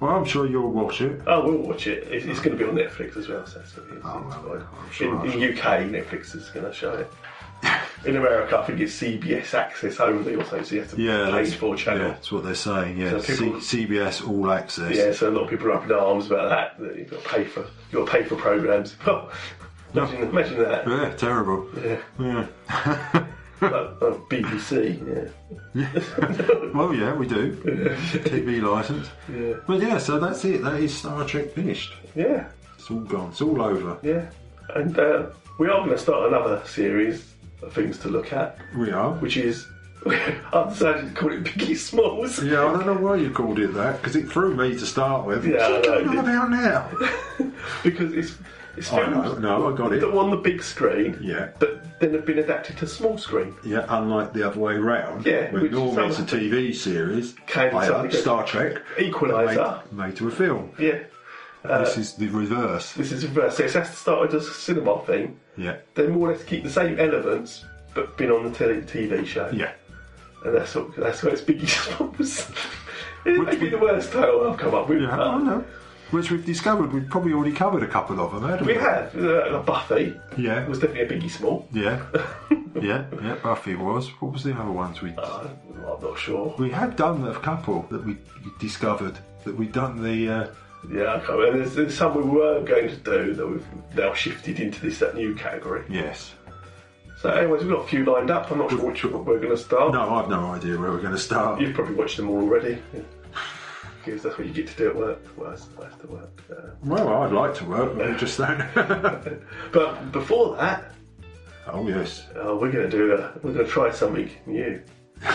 Speaker 4: Well, I'm sure you'll watch it.
Speaker 3: Oh, we'll watch it. It's, it's going to be on Netflix as well, so that's going to be
Speaker 4: Oh, sure.
Speaker 3: in, in UK, Netflix is going to show it. In America, I think it's CBS Access only, or something, so you have to
Speaker 4: Yeah,
Speaker 3: pay
Speaker 4: that's,
Speaker 3: for a channel.
Speaker 4: yeah, that's what they're saying. Yeah,
Speaker 3: So people-
Speaker 4: C- CBS All Access.
Speaker 3: Yeah, so a lot of people are up in arms about that. That you've got to pay for, you've got to pay for programs. imagine, imagine that.
Speaker 4: Yeah, terrible.
Speaker 3: Yeah.
Speaker 4: Yeah.
Speaker 3: Like, like BBC.
Speaker 4: well, yeah, we do. TV license.
Speaker 3: Yeah. Yeah.
Speaker 4: Well, yeah, so that's it. That is Star Trek finished.
Speaker 3: Yeah.
Speaker 4: It's all gone. It's all over.
Speaker 3: Yeah. And uh, we are going to start another series of things to look at,
Speaker 4: We are.
Speaker 3: which is I'm decided to call it Biggie Smalls.
Speaker 4: Yeah, I don't know why you called it that because it threw me to start with.
Speaker 3: Yeah, I
Speaker 4: What's
Speaker 3: know,
Speaker 4: he
Speaker 3: it did.
Speaker 4: talking about now?
Speaker 3: because it's it's
Speaker 4: I
Speaker 3: films
Speaker 4: know, no, I got it.
Speaker 3: that were on the big screen,
Speaker 4: Yeah,
Speaker 3: but then have been adapted to small screen.
Speaker 4: yeah. Unlike the other way round.
Speaker 3: Yeah,
Speaker 4: When
Speaker 3: which
Speaker 4: normally it's a
Speaker 3: some-
Speaker 4: TV series.
Speaker 3: Kind of
Speaker 4: I
Speaker 3: something
Speaker 4: up Star Trek.
Speaker 3: Equalizer.
Speaker 4: Made, made to a film.
Speaker 3: Yeah. Uh,
Speaker 4: this is the reverse.
Speaker 3: This is reverse. So it has to start as a cinema thing.
Speaker 4: Yeah.
Speaker 3: They more or less keep the same elements, but been on the tele- TV show.
Speaker 4: Yeah.
Speaker 3: And that's what that's where it's Biggie Smalls. it may be the worst title I've come up with.
Speaker 4: Yeah, I know. Which we've discovered we've probably already covered a couple of them, haven't we?
Speaker 3: We have uh, Buffy.
Speaker 4: Yeah.
Speaker 3: was definitely a Biggie Small.
Speaker 4: Yeah. yeah, yeah, Buffy was. What was the other ones we
Speaker 3: Uh, I'm not sure.
Speaker 4: We had done a couple that we discovered that we'd done the uh,
Speaker 3: Yeah, I can't remember. There's, there's some we were going to do that we've now shifted into this that new category.
Speaker 4: Yes.
Speaker 3: So, anyways, we've got a few lined up. I'm not sure which one we're going to start.
Speaker 4: No, I've no idea where we're going to start.
Speaker 3: You've probably watched them all already. Because that's what you get to do at work. Well, that's, that's the work. Uh,
Speaker 4: Well, I'd like to work, but I just don't.
Speaker 3: but before that,
Speaker 4: oh yes,
Speaker 3: uh, we're going to do. A, we're going to try something new.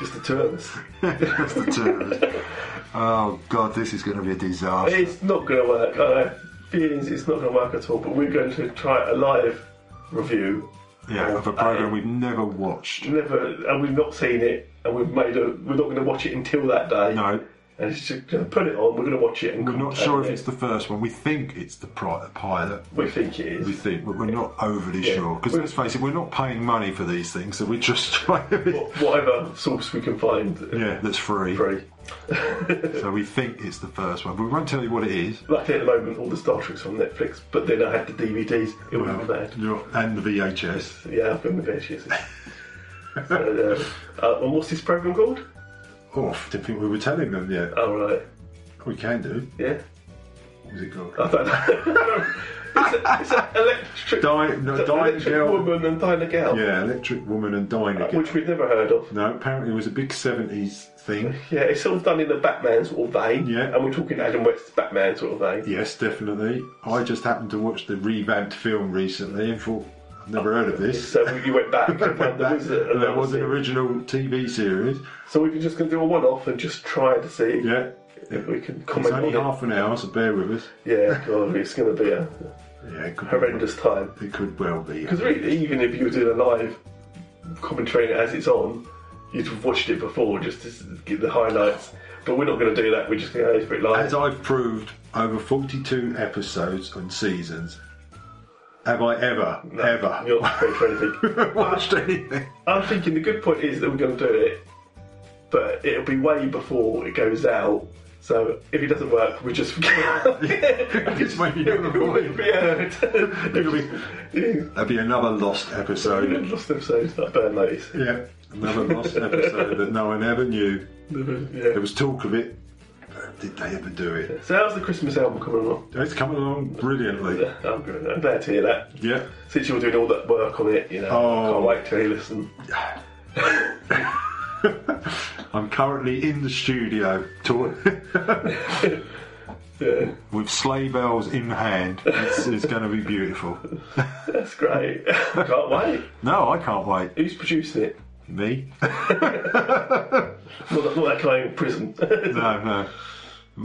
Speaker 3: Just the two of us.
Speaker 4: That's the two. Oh god, this is going to be a disaster.
Speaker 3: It's not going to work. I have feelings it's not going to work at all. But we're going to try a live review
Speaker 4: Yeah, of a program we've never watched.
Speaker 3: Never, and we've not seen it, and we've made a. We're not going to watch it until that day.
Speaker 4: No.
Speaker 3: And it's just gonna put it on. We're going to watch it. And
Speaker 4: We're not sure if it's the first one. We think it's the pri- pilot.
Speaker 3: We think it is.
Speaker 4: We think, but we're not overly
Speaker 3: Yeah.
Speaker 4: sure. Because
Speaker 3: We're-
Speaker 4: let's face it, we're not paying money for these things, so we just try
Speaker 3: whatever source we can find.
Speaker 4: Yeah, that's free.
Speaker 3: Free.
Speaker 4: so we think it's the first one, but we won't tell you what it is.
Speaker 3: Luckily, at the moment, all the Star Trek's on Netflix, but then I had the DVDs. It would have been bad.
Speaker 4: Um, You're- And the VHS.
Speaker 3: Yeah, I've got the VHS. so, uh, uh, and what's this program called?
Speaker 4: Oh, I didn't think we were telling them yet.
Speaker 3: Oh, right.
Speaker 4: We can do.
Speaker 3: Yeah.
Speaker 4: What is it called?
Speaker 3: I don't know. it's an electric,
Speaker 4: Di- no,
Speaker 3: it's a
Speaker 4: Di-
Speaker 3: electric
Speaker 4: Girl.
Speaker 3: woman and Dinah Gal.
Speaker 4: Yeah, Electric Woman and Dinah.
Speaker 3: Which we'd never heard of.
Speaker 4: No, apparently it was a big 70s thing.
Speaker 3: Yeah, it's all done in the Batman sort of vein. Yeah. And we're talking Adam West's Batman sort of vein.
Speaker 4: Yes, definitely. I just happened to watch the revamped film recently and thought, I've never heard of this.
Speaker 3: So you went back and found there was a-
Speaker 4: There was an original TV series.
Speaker 3: So we're just going to do a one off and just try to see
Speaker 4: yeah.
Speaker 3: if we can
Speaker 4: It's
Speaker 3: comment
Speaker 4: only
Speaker 3: on
Speaker 4: half an hour, so bear with us.
Speaker 3: it. Yeah, God, it's going to be a
Speaker 4: Yeah, it could,
Speaker 3: horrendous time.
Speaker 4: it could well be.
Speaker 3: Because really, even if you were doing a live commentary as it's on, you'd have watched it before just to s- get the highlights. But we're not going to do that. We're just going to go for it live.
Speaker 4: As I've proved over 42 episodes and seasons, have I ever, ever
Speaker 3: You're not prepared for anything.
Speaker 4: watched anything.
Speaker 3: I'm thinking the good point is that we're going to do it, but it'll be way before it goes out. So if it doesn't work, we just it's
Speaker 4: maybe
Speaker 3: it'll be
Speaker 4: That'd be another lost episode.
Speaker 3: lost episodes like Burn Notice.
Speaker 4: Yeah, another lost episode that no one ever knew. There was talk of it, but did they ever do it?
Speaker 3: So how's the Christmas album coming along?
Speaker 4: It's coming along brilliantly.
Speaker 3: I'm, good. I'm glad to hear that.
Speaker 4: Yeah.
Speaker 3: Since you were doing all that work on it, you know,
Speaker 4: Oh.
Speaker 3: can't wait till you listen.
Speaker 4: I'm currently in the studio talking
Speaker 3: Yeah,
Speaker 4: with sleigh bells in hand. It's, it's going to be beautiful.
Speaker 3: that's great. can't wait.
Speaker 4: No, I can't wait.
Speaker 3: Who's producing it?
Speaker 4: Me?
Speaker 3: Not, that- not that kind of prison.
Speaker 4: No, no.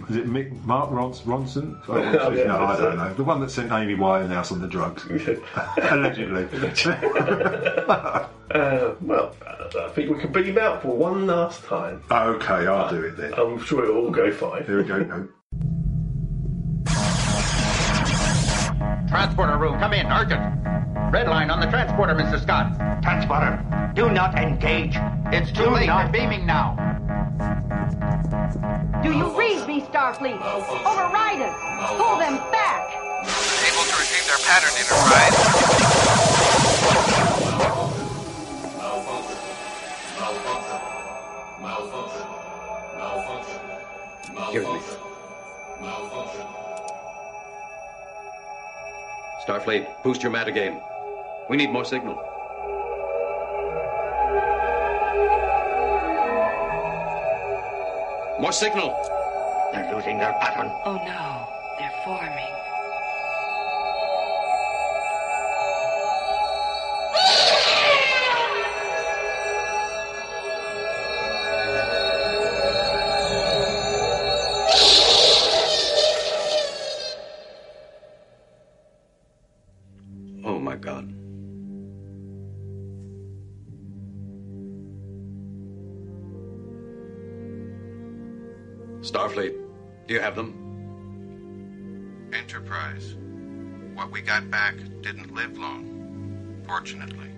Speaker 4: Is it Mick, Mark Rons- Ronson? Oh,
Speaker 3: Yeah,
Speaker 4: no,
Speaker 3: yeah,
Speaker 4: I
Speaker 3: that's
Speaker 4: don't
Speaker 3: it.
Speaker 4: know. The one that sent Amy Winehouse on the drugs. Allegedly.
Speaker 3: Uh, well, I think we can beat him out for one last time.
Speaker 4: okay, I'll do it then.
Speaker 3: I'm sure it'll all go fine.
Speaker 4: Here we go. No.
Speaker 20: Transporter room, come in, urgent. Red line on the transporter, Mr. Scott. Transporter, do not engage. It's too late. They're beaming now.
Speaker 21: Do you read me, Starfleet? Override us! Pull them back!
Speaker 20: Able to retrieve their pattern, Enterprise.
Speaker 11: Here with me. Starfleet, boost your matter game. We need more signal. More signal. They're losing their pattern.
Speaker 22: Oh no, they're forming.
Speaker 11: Oh my god. Starfleet, do you have them?
Speaker 23: Enterprise. What we got back didn't live long, fortunately.